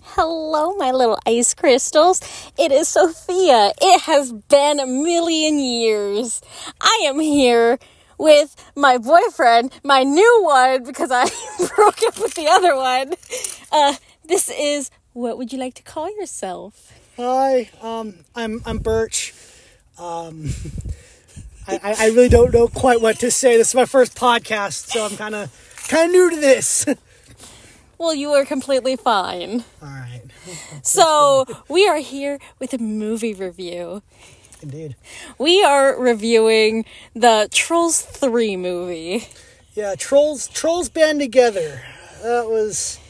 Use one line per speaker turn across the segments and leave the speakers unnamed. Hello, my little ice crystals. It is Sophia. It has been a million years. I am here with my boyfriend, my new one, because I broke up with the other one. Uh, this is what would you like to call yourself?
Hi, um, I'm I'm Birch. Um, I, I, I really don't know quite what to say. This is my first podcast, so I'm kind of kind of new to this. All
Well, you are completely fine.
right,
So, we are here with a movie review.
indeed.
We are reviewing the Trolls 3 movie.
Yeah, trolls trolls band together. That was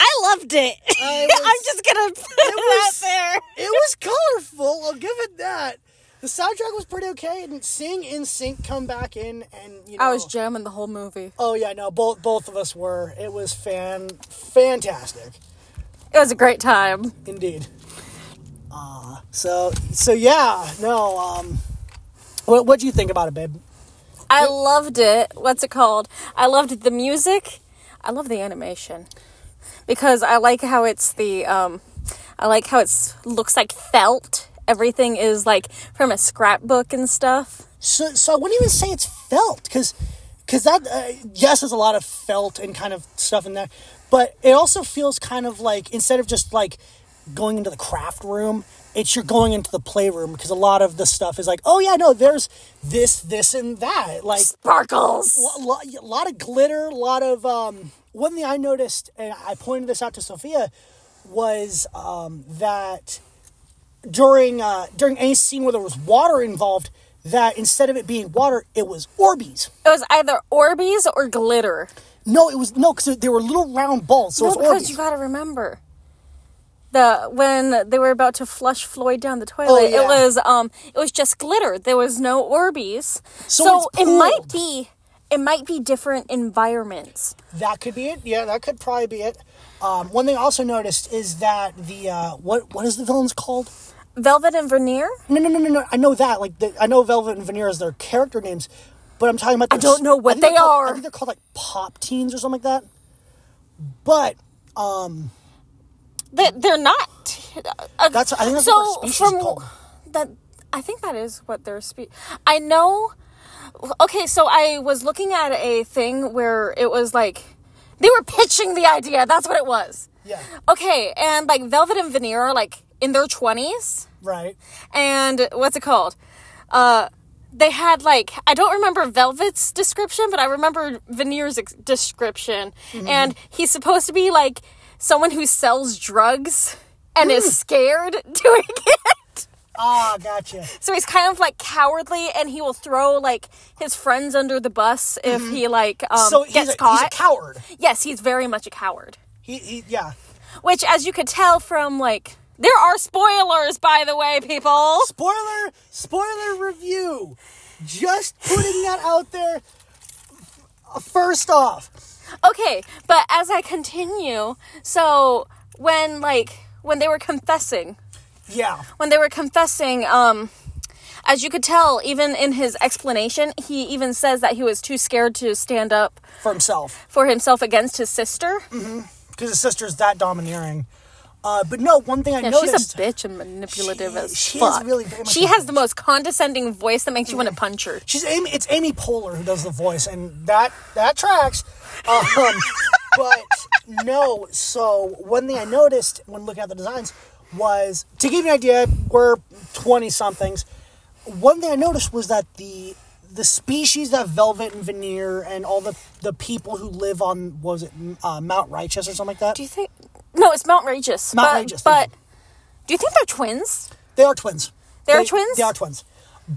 I loved Uh, it.
I was-
I'm just gonna put it,
was-
out there.
it was colorful. I'll give it that. The soundtrack was pretty okay, and seeing In Sync come back in, and you know,
I was jamming the whole movie.
oh yeah, no, both both of us were. It was fan fantastic.
It was a great time.
Indeed. Uh, so so yeah, no. Um, what what do you think about it, babe?
I loved it. What's it called? I loved the music. I love the animation because I like how it's the um, I like how it's looks like felt. Everything is like from a scrapbook and stuff.
So so I wouldn't even say it's felt because because that uh, yes, there's a lot of felt and kind of stuff in there, but it also feels kind of like instead of just like going into the craft room. It's you're going into the playroom because a lot of the stuff is like, oh yeah, no, there's this, this, and that. Like
Sparkles.
a lot, a lot of glitter, a lot of um, one thing I noticed, and I pointed this out to Sophia, was um, that during uh, during any scene where there was water involved, that instead of it being water, it was Orbeez.
It was either Orbeez or glitter.
No, it was no, because they were little round balls,
No,
so it was
because
Orbeez.
you gotta remember the when they were about to flush Floyd down the toilet,
Oh, yeah.
it was um it was just glitter. There was no Orbeez.
So
so
it's
it might
pulled.
be it might be different environments.
that could be it. Yeah, that could probably be it. Um, one thing I also noticed is that the uh, what what is the villain's called?
Velvet and veneer?
No, no, no, no, no. I know that. Like, the, I know Velvet and Veneer is their character names, but I'm talking about. Their,
don't know what
I think they're
they
called-
are.
I think they're called like pop teens or something like that. But
They, they're not. uh,
That's- I think that's
so
what their species
from
is called.
that. I think that is what their speech. I know. Okay, so I was looking at a thing where it was like they were pitching the idea. That's what it was.
yeah,
Okay, and like Velvet and Veneer are like in their 20s.
right.
And what's it called? Uh, they had like, I don't remember Velvet's description, but I remember Veneer's ex- description.
Mm-hmm.
And he's supposed to be like someone who sells drugs and
Mm.
is scared doing it.
Ah, gotcha.
So he's kind of like cowardly and he will throw like his friends under the bus if he like um,
Mm-hmm. so he's,
gets
a,
caught.
he's a coward.
yes, he's very much a coward
He, he, yeah.
which as you could tell from like there are spoilers by the way people
Spoiler, spoiler review. Just putting that out there. First off,
okay but as i continue so when like when they were confessing
yeah,
when they were confessing um as you could tell even in his explanation he even says that he was too scared to stand up
for himself.
for himself against his sister
Mm-hmm. because his sister's that domineering. Uh, but no, one thing I
yeah, she's
noticed.
a bitch and manipulative
She-
as
she is
fuck
really very Mm-hmm. much
she
a
has the most condescending voice that makes you want to punch her
She's Amy. It's Amy Poehler who does the voice, and that that tracks. Um, but no. So one thing I noticed when looking at the designs was to give you an idea, we're twenty somethings. One thing I noticed was that the the species that Velvet and Veneer and all the the people who live on what was it uh, Mount Righteous or something like that.
do you think no it's mount rageous
Mount
but,
Rageous,
but
okay.
do you think they're twins
They are twins.
They are twins?
They are twins.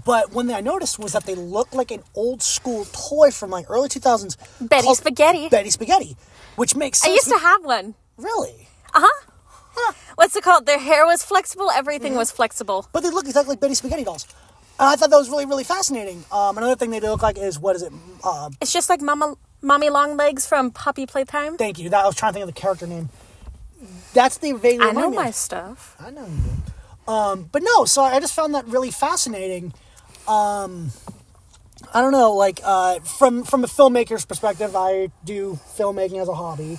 But one thing I noticed was that they look like an old school toy from like early 2000s.
Betty
called
Spaghetti.
Betty Spaghetti, which makes
I
sense.
used to have one.
Really?
Uh-huh. What's it called? Their hair was flexible. Everything
Mm-hmm.
was flexible.
But they look exactly like Betty Spaghetti dolls. And I thought that was really, really fascinating. Um, another thing they look like is, what is it? Uh,
It's just like Mama, Mommy Long Legs from Puppy Playtime.
thank you. That, I was trying to think of the character name. That's the vague
I know my stuff.
I know you do. Um, but no, so I just found that really fascinating. Um, I don't know, like uh, from from a filmmaker's perspective, I do filmmaking as a hobby.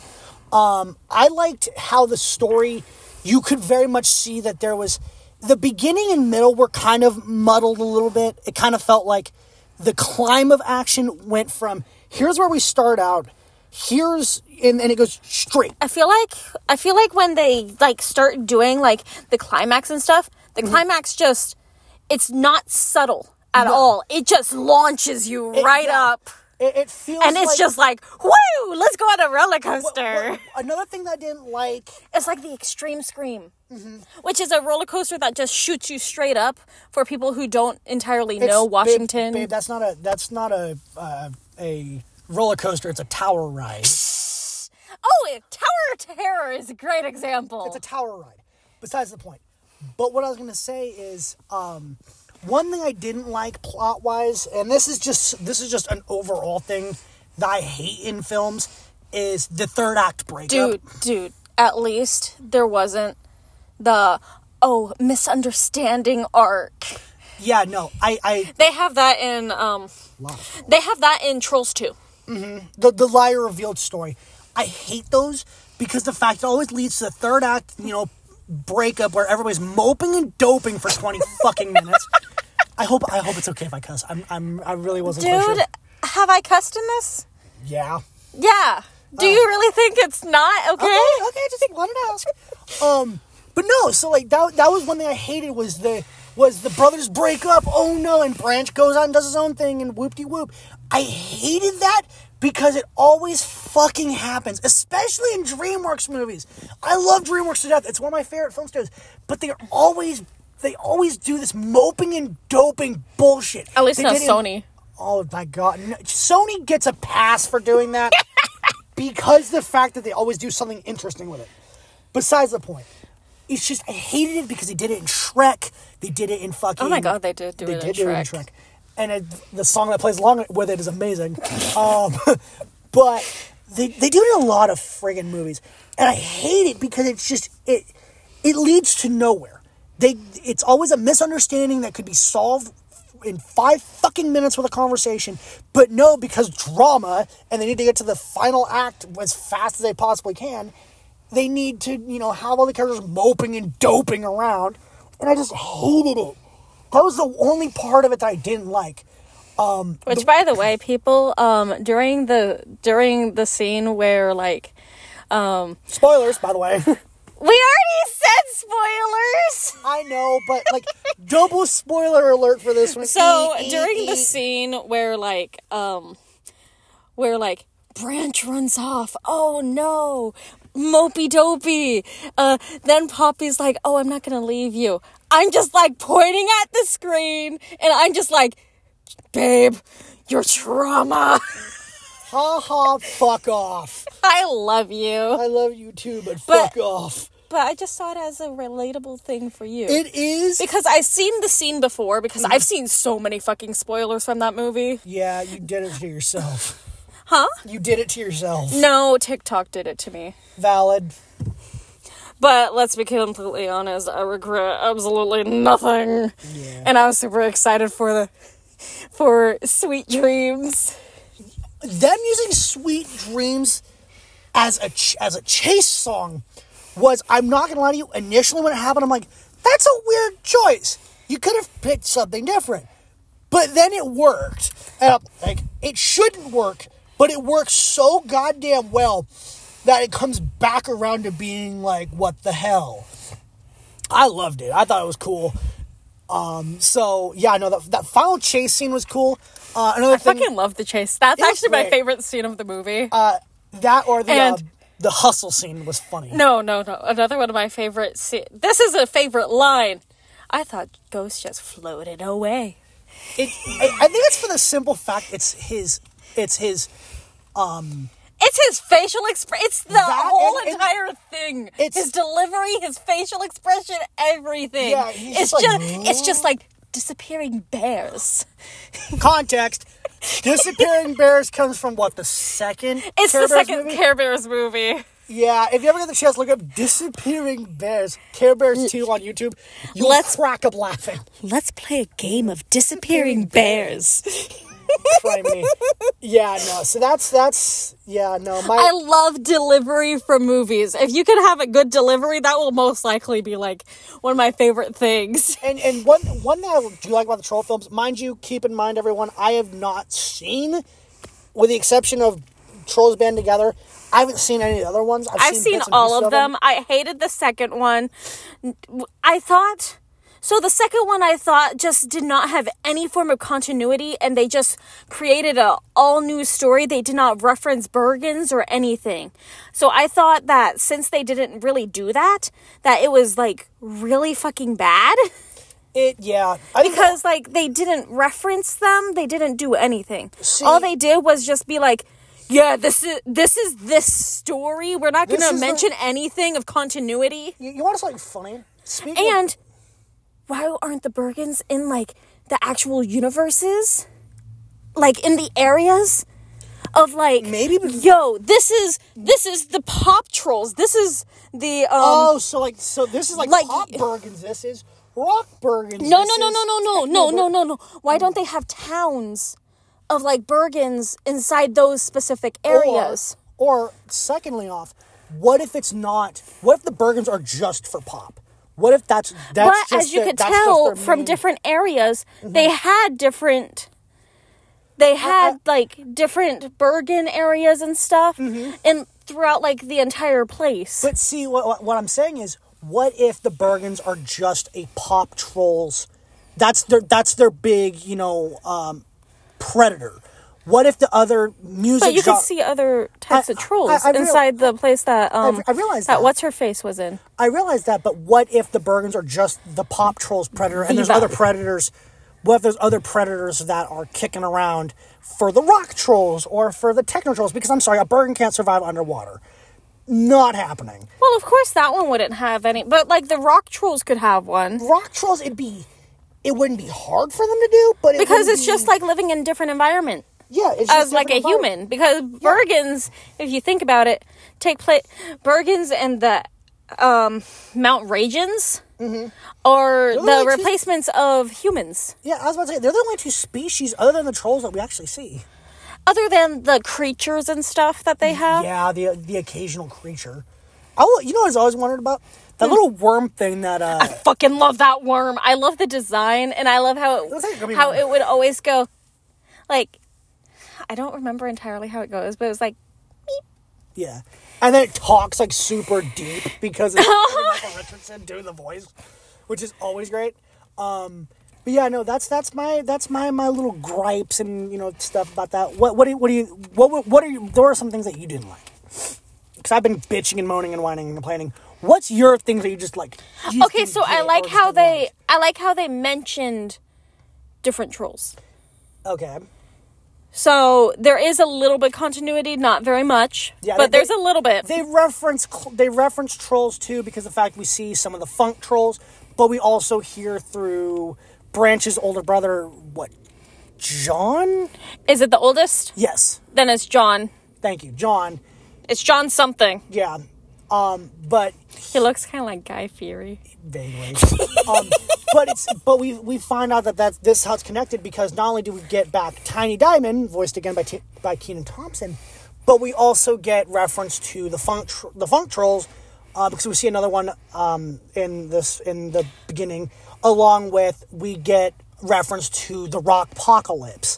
Um, I liked how the story you could very much see that there was the beginning and middle were kind of muddled a little bit. It kind of felt like the climb of action went from here's where we start out, here's and, and it goes straight.
I feel like I feel like when they like start doing like the climax and stuff, the
Mm-hmm.
climax just it's not subtle at all. It just launches you right
yeah.
up.
It, it feels
And it's
like-
just like, woo, let's go on a roller coaster.
What- another thing that I didn't like
It's like the extreme scream,
Mm-hmm.
which is a roller coaster that just shoots you straight up for people who don't entirely
It's-
know
babe-
Washington.
Babe, that's not a that's not a uh, a roller coaster. It's a tower ride. It's
Oh, Tower of Terror is a great example.
a tower ride. Besides the point. But what I was gonna say is, um, one thing I didn't like plot wise, and this is just this is just an overall thing that I hate in films is the third act breakup.
dude, dude, at least there wasn't the oh misunderstanding arc.
Yeah, no, I I
They have that in um they have that in Trolls 2.
the, the liar revealed story. I hate those because the fact it always leads to the third act, you know, breakup where everybody's moping and doping for twenty fucking minutes. I hope I hope it's okay if I cuss. I'm I'm I really wasn't quite
Dude,
sure.
have I cussed in this?
Yeah.
Yeah. Do you really think it's not okay?
Oh. Okay, okay, I just wanted to ask. Um but no, so like that that was one thing I hated was the was the brothers break up, oh no, and Branch goes out and does his own thing and whoop de whoop. I hated that because it always fucking happens, especially in DreamWorks movies. I love DreamWorks to death. It's one of my favorite film studios, but they are always they always do this moping and doping bullshit.
At least
They
not
did it-
Sony.
oh my god, No, Sony gets a pass for doing that because the fact that they always do something interesting with it. Besides the point, it's just I hated it because they did it in Shrek. They did it in fucking.
Oh my God, they did do
they
it in
did do it in
Shrek.
Shrek, and it, the song that plays along with it is amazing. um, but they they do it in a lot of friggin' movies, and I hate it because it's just it it leads to nowhere. They it's always a misunderstanding that could be solved in five fucking minutes with a conversation, but no, because drama, and they need to get to the final act as fast as they possibly can. They need to, you know, have all the characters moping and doping around, and I just hated it. That was the only part of it that I didn't like. Um,
Which, by the way, people um, during the during the scene where like um,
Spoilers, by the way.
we already said spoilers.
I know, but like double spoiler alert for this one. E
So
Eek, eek,
during the
eek.
scene where like um, where like Branch runs off. Oh no, mopey dopey. Uh, then Poppy's like, "Oh, I'm not gonna leave you." I'm just like pointing at the screen, and I'm just like, "Babe, your trauma.
ha ha, fuck off.
I love you."
I love you too, but,
But-
fuck off.
But I just saw it as a relatable thing for you.
It is.
because I've seen the scene before because I've seen so many fucking spoilers from that movie.
yeah, you did it to yourself.
Huh?
You did it to yourself.
No, TikTok did it to me.
Valid.
But let's be completely honest, I regret absolutely nothing. And I was super excited for the for Sweet Dreams.
Them using "Sweet Dreams" as a ch- as a chase song was. I'm not gonna lie to you. Initially, when it happened, I'm like, "That's a weird choice. You could have picked something different." But then it worked, and I'm like, it shouldn't work, but it works so goddamn well that it comes back around to being like, "What the hell." I loved it. I thought it was cool. Um, so yeah, no, that, that final chase scene was cool. Uh, another thing,
Fucking love the chase. That's
was
actually my
great.
favorite scene of the movie.
That or the uh,
And-
the hustle scene was funny.
no, no, no. Another one of my favorite scenes. This is a favorite line. I thought Ghost just floated away.
It, I, I think it's for the simple fact it's his. It's his. um,
It's his facial expression. It's the
That
whole
and- and-
entire thing.
It's-
his delivery, his facial expression, everything.
Yeah, he's
it's
just like,
ju- it's just like disappearing bears.
Context: Disappearing Bears comes from what the second.
It's
Care
the
Bears
second
movie?
Care Bears movie.
Yeah, if you ever get the chance, look up "Disappearing Bears" Care Bears two on YouTube. You'll
Let's-
crack up laughing.
Let's play a game of disappearing bears.
Try me. Yeah, no. So that's that's yeah, no. My
I love delivery from movies. If you can have a good delivery, that will most likely be like one of my favorite things.
And and one one thing I do like about the troll films, mind you, keep in mind everyone, I have not seen, with the exception of Trolls Band Together, I haven't seen any of the other ones. I've,
I've seen
bits and
all
pieces
of them. I hated the second one. I thought so the second one I thought just did not have any form of continuity and they just created a all new story. They did not reference Bergens or anything. So I thought that since they didn't really do that, that it was like really fucking bad
It yeah. I think
because like they didn't reference them they didn't do anything
See-
all they did was just be like yeah this is this is this story we're not
This
gonna
is the-
mention anything of continuity
you, you want something funny? Speaking of-
and why aren't the bergens in like the actual universes like in the areas of like
Maybe because-
yo this is this is the pop trolls this is the um
oh, so like so this is like,
like-
pop Bergens. This is rock Bergens.
No, no,
this
no,
is
no, no, no, no, no, no, no. Why don't they have towns of like Bergens inside those specific areas?
Or, or secondly, off. What if it's not? What if the Bergens are just for pop? What if that's that's just
but as you
their-
could
that's just
tell
their
from
main- Mm-hmm.
different areas, they had different. They
Uh,
had like different Bergen areas and stuff, and throughout like the entire place.
Mm-hmm. But see, what, what, what I'm saying is, what if the Bergens are just a pop trolls? That's their that's their big, you know, um, predator. What if the other music?
But you could
gen-
see other types
I-
of trolls
I- I real-
inside the place that um
I realize that.
what's her face was in.
I realize that, but what if the Bergens are just the pop trolls predator, and there's
Viva.
other predators? What if there's other predators that are kicking around for the rock trolls or for the techno trolls? Because I'm sorry, a Bergen can't survive underwater. Not happening.
Well, of course that one wouldn't have any, but like the rock trolls could have one.
Rock trolls, it'd be, it wouldn't be hard for them to do, but it
because
wouldn't
it's
be-
just like living in a different environment
Yeah, it's just
as like a
different environment.
human because bergens if you think about it take place bergens and the um mount reagens
Mm-hmm.
are
They're
the
like two-
replacements of humans
Yeah, I was about to say they're the only two species other than the trolls that we actually see.
other than the creatures and stuff that they have
Yeah, the the occasional creature. I wa- you know what I was always wondering about that little worm thing that uh
fucking love that worm i love the design and i love how it,
looks like a gummy
how
worm.
it would always go like i don't remember entirely how it goes but it was like
yeah, and then it talks like super deep because it's Michael Richardson doing the voice, which is always great. Um, but yeah, no, that's that's my that's my my little gripes and you know stuff about that. What what do you, what do you what what- what are you? There are some things that you didn't like because I've been bitching and moaning and whining and complaining. What's your things that you just like? you
okay
didn't
so i
get or
like
just
how
didn't like?
they i like how they mentioned different trolls
Okay.
so there is a little bit continuity not very much
Yeah,
but
they-
there's a little bit
They reference cl- they reference trolls too because of the fact we see some of the funk trolls, but we also hear through Branch's older brother what John?
is it the oldest
Yes.
then it's john
Thank you. John.
it's john something
Yeah. Um but
he looks kind of like guy fieri
vaguely. um, but it's but we we find out that that's this is how it's connected because not only do we get back Tiny Diamond, voiced again by T- by Keenan Thompson, but we also get reference to the funk tr- the funk trolls uh, because we see another one um, in this in the beginning, along with we get reference to the Rock Apocalypse.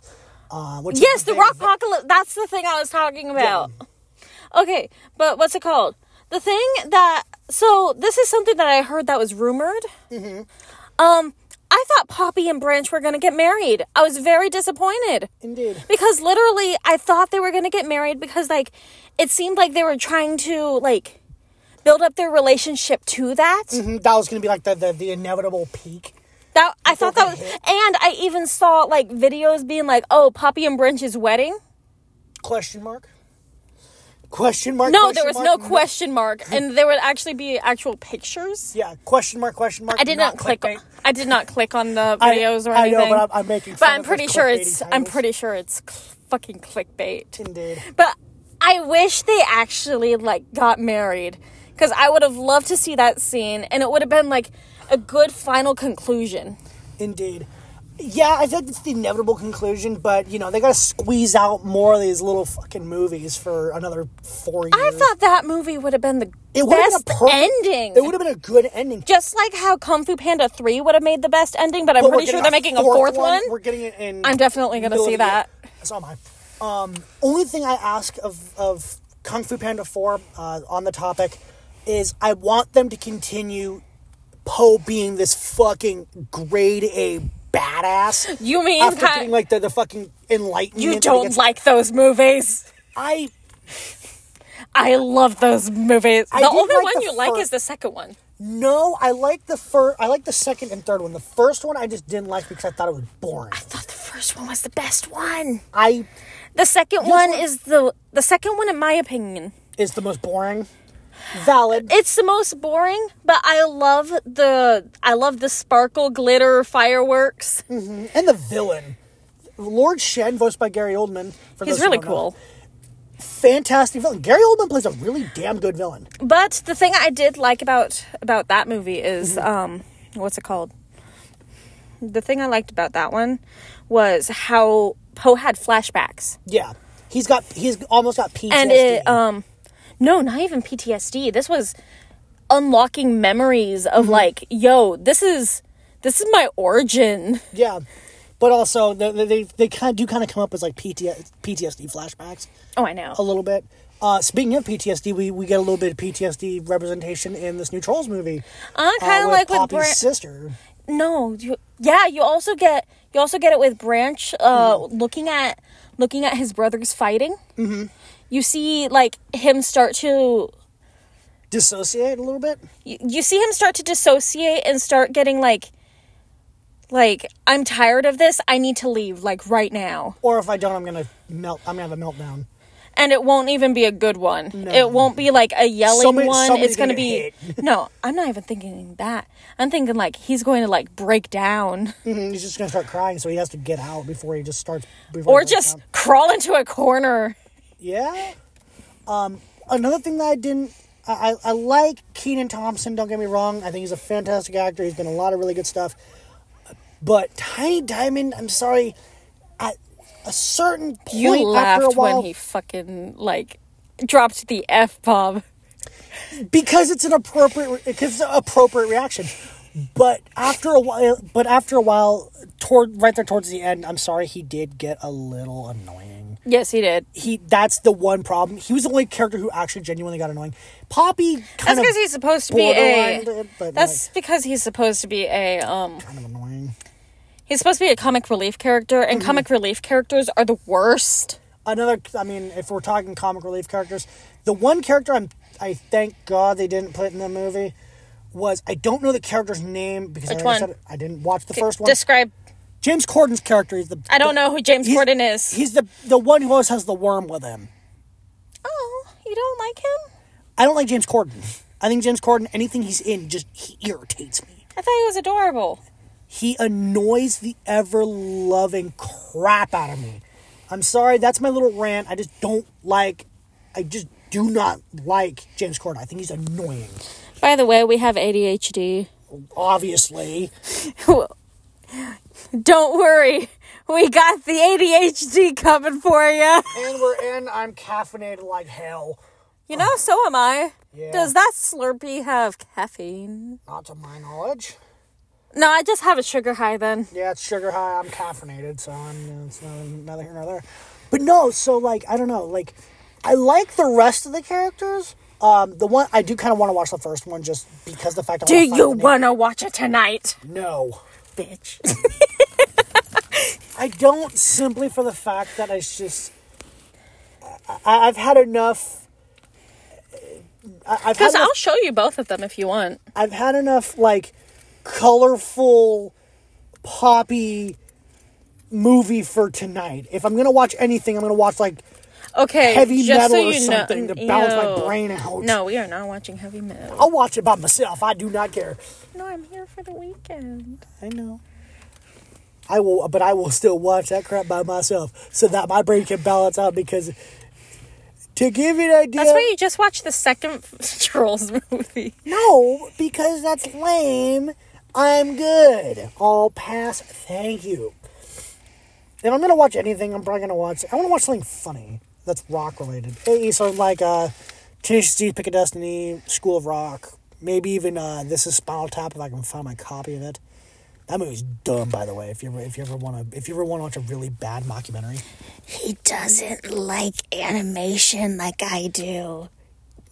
Uh, which
yes the
they-
rock apocalypse that's the thing i was talking about okay but what's it called the thing that so this is something that i heard that was rumored
Mm-hmm.
um i thought poppy and branch were gonna get married i was very disappointed
Indeed.
because literally i thought they were going to get married because like it seemed like they were trying to like build up their relationship to that
Mhm, That was going to be like the, the, the inevitable peak.
that i thought that was
they hit.
and i even saw like videos being like oh poppy and branch's wedding
Question mark. Question mark.
no
question
there was
mark,
no question mark and there would actually be actual pictures
Yeah, question mark, question mark.
I did not, click.
clickbait.
I did not click on the
I-
videos or
I know,
anything.
but I'm- I'm making
But
fun
I'm
of those
pretty sure it's.
clickbaity
I'm
titles.
pretty sure it's cl- fucking clickbait.
Indeed.
But I wish they actually like got married because I would have loved to see that scene, and it would have been like a good final conclusion.
Indeed. Yeah, I feel like it's the inevitable conclusion, but you know they got to squeeze out more of these little fucking movies for another four years.
I thought that movie would have been the
Mm. would've
best ending.
It would have been a good ending.
Just like how Kung Fu Panda 3 would have made the best ending, but I'm
But we're
pretty sure
getting
they're making a fourth one.
We're getting it in.
I'm definitely gonna
middle of
see
the year.
that.
That's all mine. Um, only thing I ask of of Kung Fu Panda Four uh, on the topic is I want them to continue Poe being this fucking grade A badass.
You mean
after
ki-
getting like the, the fucking enlightenment?
you
that he
don't
gets-
like those movies.
I
I love those movies.
I
the
did
only
like
one
the
you like
fir-
is the second one.
no. I like the first. I like the second and third one. The first one I just didn't like because I thought it was boring.
I thought the first one was the best one.
I
The second one is the the second one in my opinion.
is the most boring. Valid.
It's the most boring, but I love the I love the sparkle glitter fireworks.
And the villain, Lord Shen, voiced by Gary Oldman. For those
He's
who
really
don't know.
cool.
Fantastic villain. Gary Oldman plays a really damn good villain.
But the thing I did like about about that movie is um what's it called? The thing I liked about that one was how Poe had flashbacks.
Yeah, he's got he's almost got PTSD.
And it um no, not even PTSD. This was unlocking memories of like, yo, this is this is my origin.
yeah, but also they they, they kind of do kind of come up as like PTSD, PTSD flashbacks
Oh, I know.
a little bit. Uh, speaking of PTSD, we, we get a little bit of PTSD representation in this new Trolls movie.
Uh, kinda like with
Poppy's
Bran-
sister.
No, you, yeah, you also get you also get it with Branch uh looking at looking at his brothers fighting. Mm-hmm. You see like him start to
Dissociate a little bit.
you, you see him start to dissociate and start getting like like I'm tired of this. I need to leave like right now.
Or if I don't, I'm gonna melt. I'm gonna have a meltdown.
and it won't even be a good one. It won't be like a yelling
Somebody-
one.
somebody's
It's going to
gonna
be no. I'm not even thinking that. I'm thinking like he's going to like break down
Mhm, He's just gonna start crying, so he has to get out before he just starts. Before
or
he breaks
just
down.
crawl into a corner.
yeah. Um, another thing that I didn't, I, I, I like Keenan Thompson. Don't get me wrong. I think he's a fantastic actor. He's done a lot of really good stuff. But Tiny Diamond, I'm sorry, at a certain point
You
after a
laughed
while,
when he fucking like dropped the f bomb.
because it's an appropriate because it's an appropriate reaction. But after a while, but after a while, toward right there towards the end, I'm sorry, he did get a little annoying.
Yes, he did.
he that's the one problem. He was the only character who actually genuinely got annoying. Poppy kind
That's
of
because he's supposed to be
borderlined
a.
it, but,
That's because he's supposed to be a. Um,
kind of annoying.
he's supposed to be a comic relief character,
Mm-hmm.
and comic relief characters are the worst.
Another, I mean, if we're talking comic relief characters, the one character I'm I thank God they didn't put in the movie was I don't know the character's name because
Which
I, already
one?
said it. I didn't watch the first one.
Describe.
James Corden's character is the
I don't know who James
he's-
Corden is.
He's the the one who always has the worm with him.
Oh, you don't like him?
I don't like James Corden. I think James Corden anything he's in just he irritates me.
I thought he was adorable.
He annoys the ever loving crap out of me. I'm sorry, that's my little rant. I just don't like, I just do not like James Corden. I think he's annoying,
By the way, we have ADHD.
obviously.
Don't worry, we got the ADHD coming for you.
And we're in, I'm caffeinated like hell.
You know, so am I.
Yeah.
Does that Slurpee have caffeine?
Not to my knowledge.
No, I just have a sugar high then.
Yeah, it's sugar high. I'm caffeinated, so I'm, you know, it's neither, neither here nor there. But no, so like I don't know, like I like the rest of the characters. Um, the one I do kind of want to watch the first one just because the fact. I
Do
wanna find
you
the name-
wanna watch it tonight,
No.
bitch?
I don't simply for the fact that I just I, I've had enough. I, I've had
Because
enough,
I'll show you both of them if you want.
I've had enough like colorful poppy movie for tonight. If I'm gonna watch anything, I'm gonna watch like
Okay,
Heavy
just so
metal or
you know-
something to balance my
No.
brain out.
No, we are not watching heavy metal.
I'll watch it by myself. I do not care.
No, I'm here for the weekend.
I know. I will, but I will still watch that crap by myself so that my brain can balance out. Because to give you an idea,
That's why you just watched the second Trolls movie.
No, because that's lame. I'm good. I'll pass. Thank you. If I'm gonna watch anything, I'm probably gonna watch. I want to watch something funny that's rock related. Eh, So like uh, Tenacious D, Pick a Destiny, School of Rock. Maybe even uh, This Is Spinal Tap if I can find my copy of it. That movie's dumb, by the way. If you ever, if you ever want to, if you ever want to watch a really bad mockumentary,
He doesn't like animation like I do.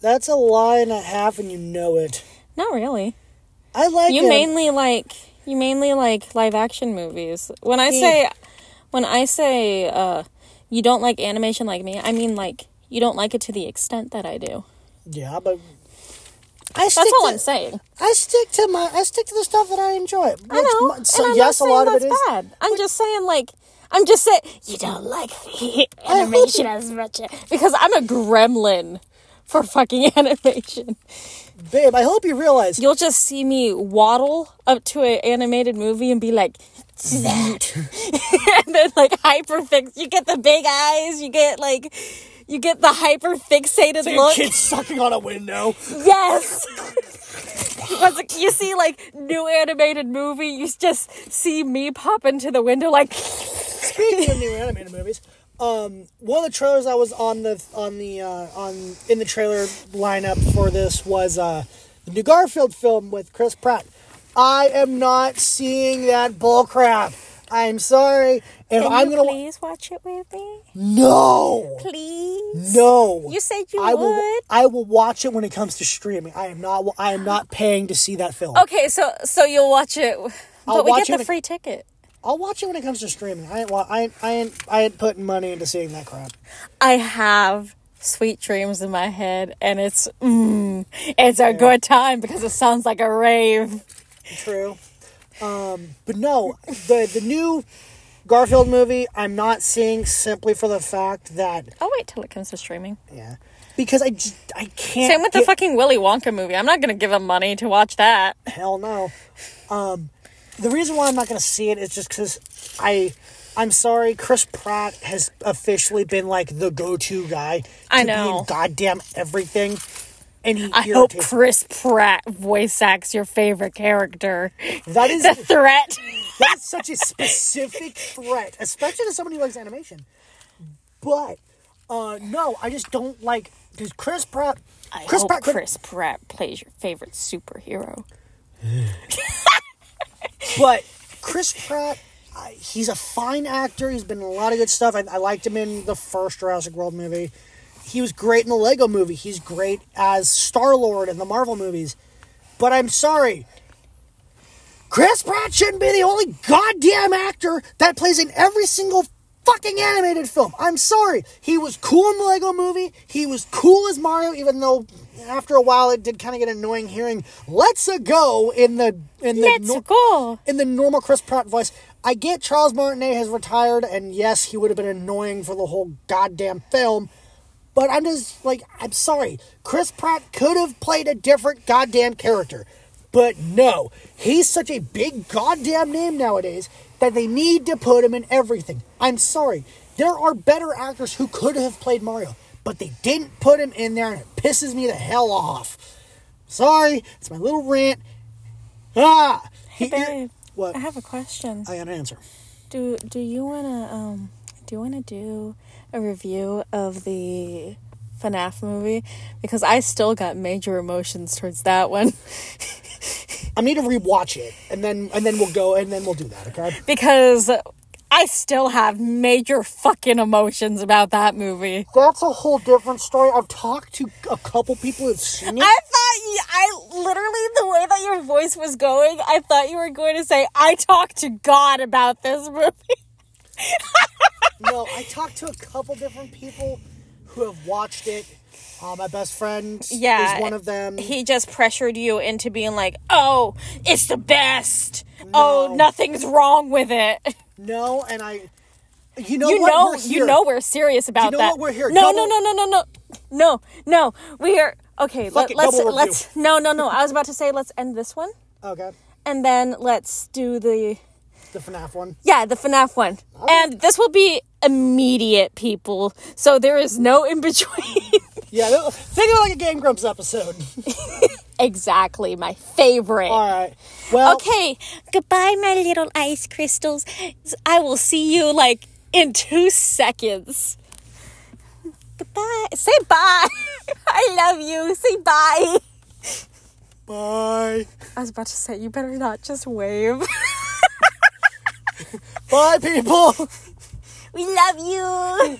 that's a lie and a half, and you know it.
Not really.
I like
You
it.
mainly like you mainly like live action movies. When I say when I say uh you don't like animation like me, I mean like you don't like it to the extent that I do.
Yeah, but I stick
That's all
to,
I'm saying.
I stick to my I stick to the stuff that I enjoy.
I know.
So
and I'm
yes, a
not
lot
saying
of it
that's
is.
bad. I'm just saying like I'm just saying you don't like the animation as much because I'm a gremlin for fucking animation.
Babe, I hope you realize
You'll just see me waddle up to an animated movie and be like, that. and then like hyperfix. You get the big eyes. You get like, you get the hyper fixated
your
look.
kid's sucking on a window.
Yes. Once you see like new animated movie, you just see me pop into the window like.
Speaking of new animated movies, um, one of the trailers I was on the on the uh, on in the trailer lineup for this was uh, the new Garfield film with Chris Pratt. I am not seeing that bullcrap. I'm sorry. If
Can
I'm
you
gonna
please watch it with me?
no.
Please.
No.
You said you
I Will,
would.
I will watch it when it comes to streaming. I am not. I am not paying to see that film.
Okay, so so you'll watch it, but
I'll
we
watch
get the
it-
free ticket.
I'll watch it when it comes to streaming. I ain't. wa- I ain't. I ain't. I ain't putting money into seeing that crap.
I have sweet dreams in my head, and it's mm, it's a good time because it sounds like a rave.
True. Um, but no, the the new Garfield movie. I'm not seeing simply for the fact that
I'll wait till it comes to streaming.
yeah, because I just I can't.
Same with the
get-
fucking Willy Wonka movie. I'm not gonna give him money to watch that.
hell no. Um, the reason why I'm not going to see it is just because I, I'm sorry, Chris Pratt has officially been like the go-to guy. To
I
be in
know.
goddamn everything, and he
I hope
irritates.
Chris Pratt voice acts your favorite character.
that is
The threat.
that's such a specific threat, especially to somebody who likes animation. But uh, no, I just don't like because Chris Pratt.
I
Chris
hope
Pratt. could-
Chris Pratt plays your favorite superhero.
But Chris Pratt, I, he's a fine actor. He's been in a lot of good stuff. I, I liked him in the first Jurassic World movie. He was great in the Lego movie. He's great as Star Lord in the Marvel movies. But I'm sorry. Chris Pratt shouldn't be the only goddamn actor that plays in every single fucking animated film. I'm sorry. He was cool in the Lego movie. He was cool as Mario, even though after a while it did kind of get annoying hearing let's a go in the in the
Let's
nor-
go.
in the normal Chris Pratt voice. I get Charles Martinet has retired, and yes, he would have been annoying for the whole goddamn film. But I'm just like, I'm sorry. Chris Pratt could have played a different goddamn character. But no, he's such a big goddamn name nowadays that they need to put him in everything. I'm sorry. There are better actors who could have played Mario, but they didn't put him in there, and it pisses me the hell off. Sorry, it's my little rant. Ah! He-
Babe,
What?
I have a question.
I got an answer.
Do do you wanna um do you wanna do a review of the FNAF movie? Because I still got major emotions towards that one.
I need to rewatch it, and then and then we'll go, and then we'll do that. Okay.
because I still have major fucking emotions about that movie.
That's a whole different story. I've talked to a couple people who've seen it.
I thought you, I literally the way that your voice was going, I thought you were going to say I talked to God about this movie.
no, I talked to a couple different people who have watched it. Uh, my best friend
Yeah.
is one of them.
He just pressured you into being like, "Oh, it's the best. Oh,
No.
nothing's wrong with it."
no, and I. You know
you
what?
know
We're
you
here.
know we're serious about
know
that.
what? We're here.
No, no,
Double-
no, no, no, no, no, no. We are okay.
Fuck
Let,
it,
let's
double review.
let's no, no, no. I was about to say let's end this one
Okay.
and then let's do the
The FNAF one.
yeah the FNAF one.
Oh.
And this will be immediate, people. So there is no in between.
Yeah, that- think of it like a Game Grumps episode.
Exactly, my favorite.
All right. Well,
Okay, goodbye, my little ice crystals. I will see you like in two seconds. Goodbye. Say bye. I love you. Say bye.
bye.
I was about to say, you better not just wave.
Bye, people.
We love you.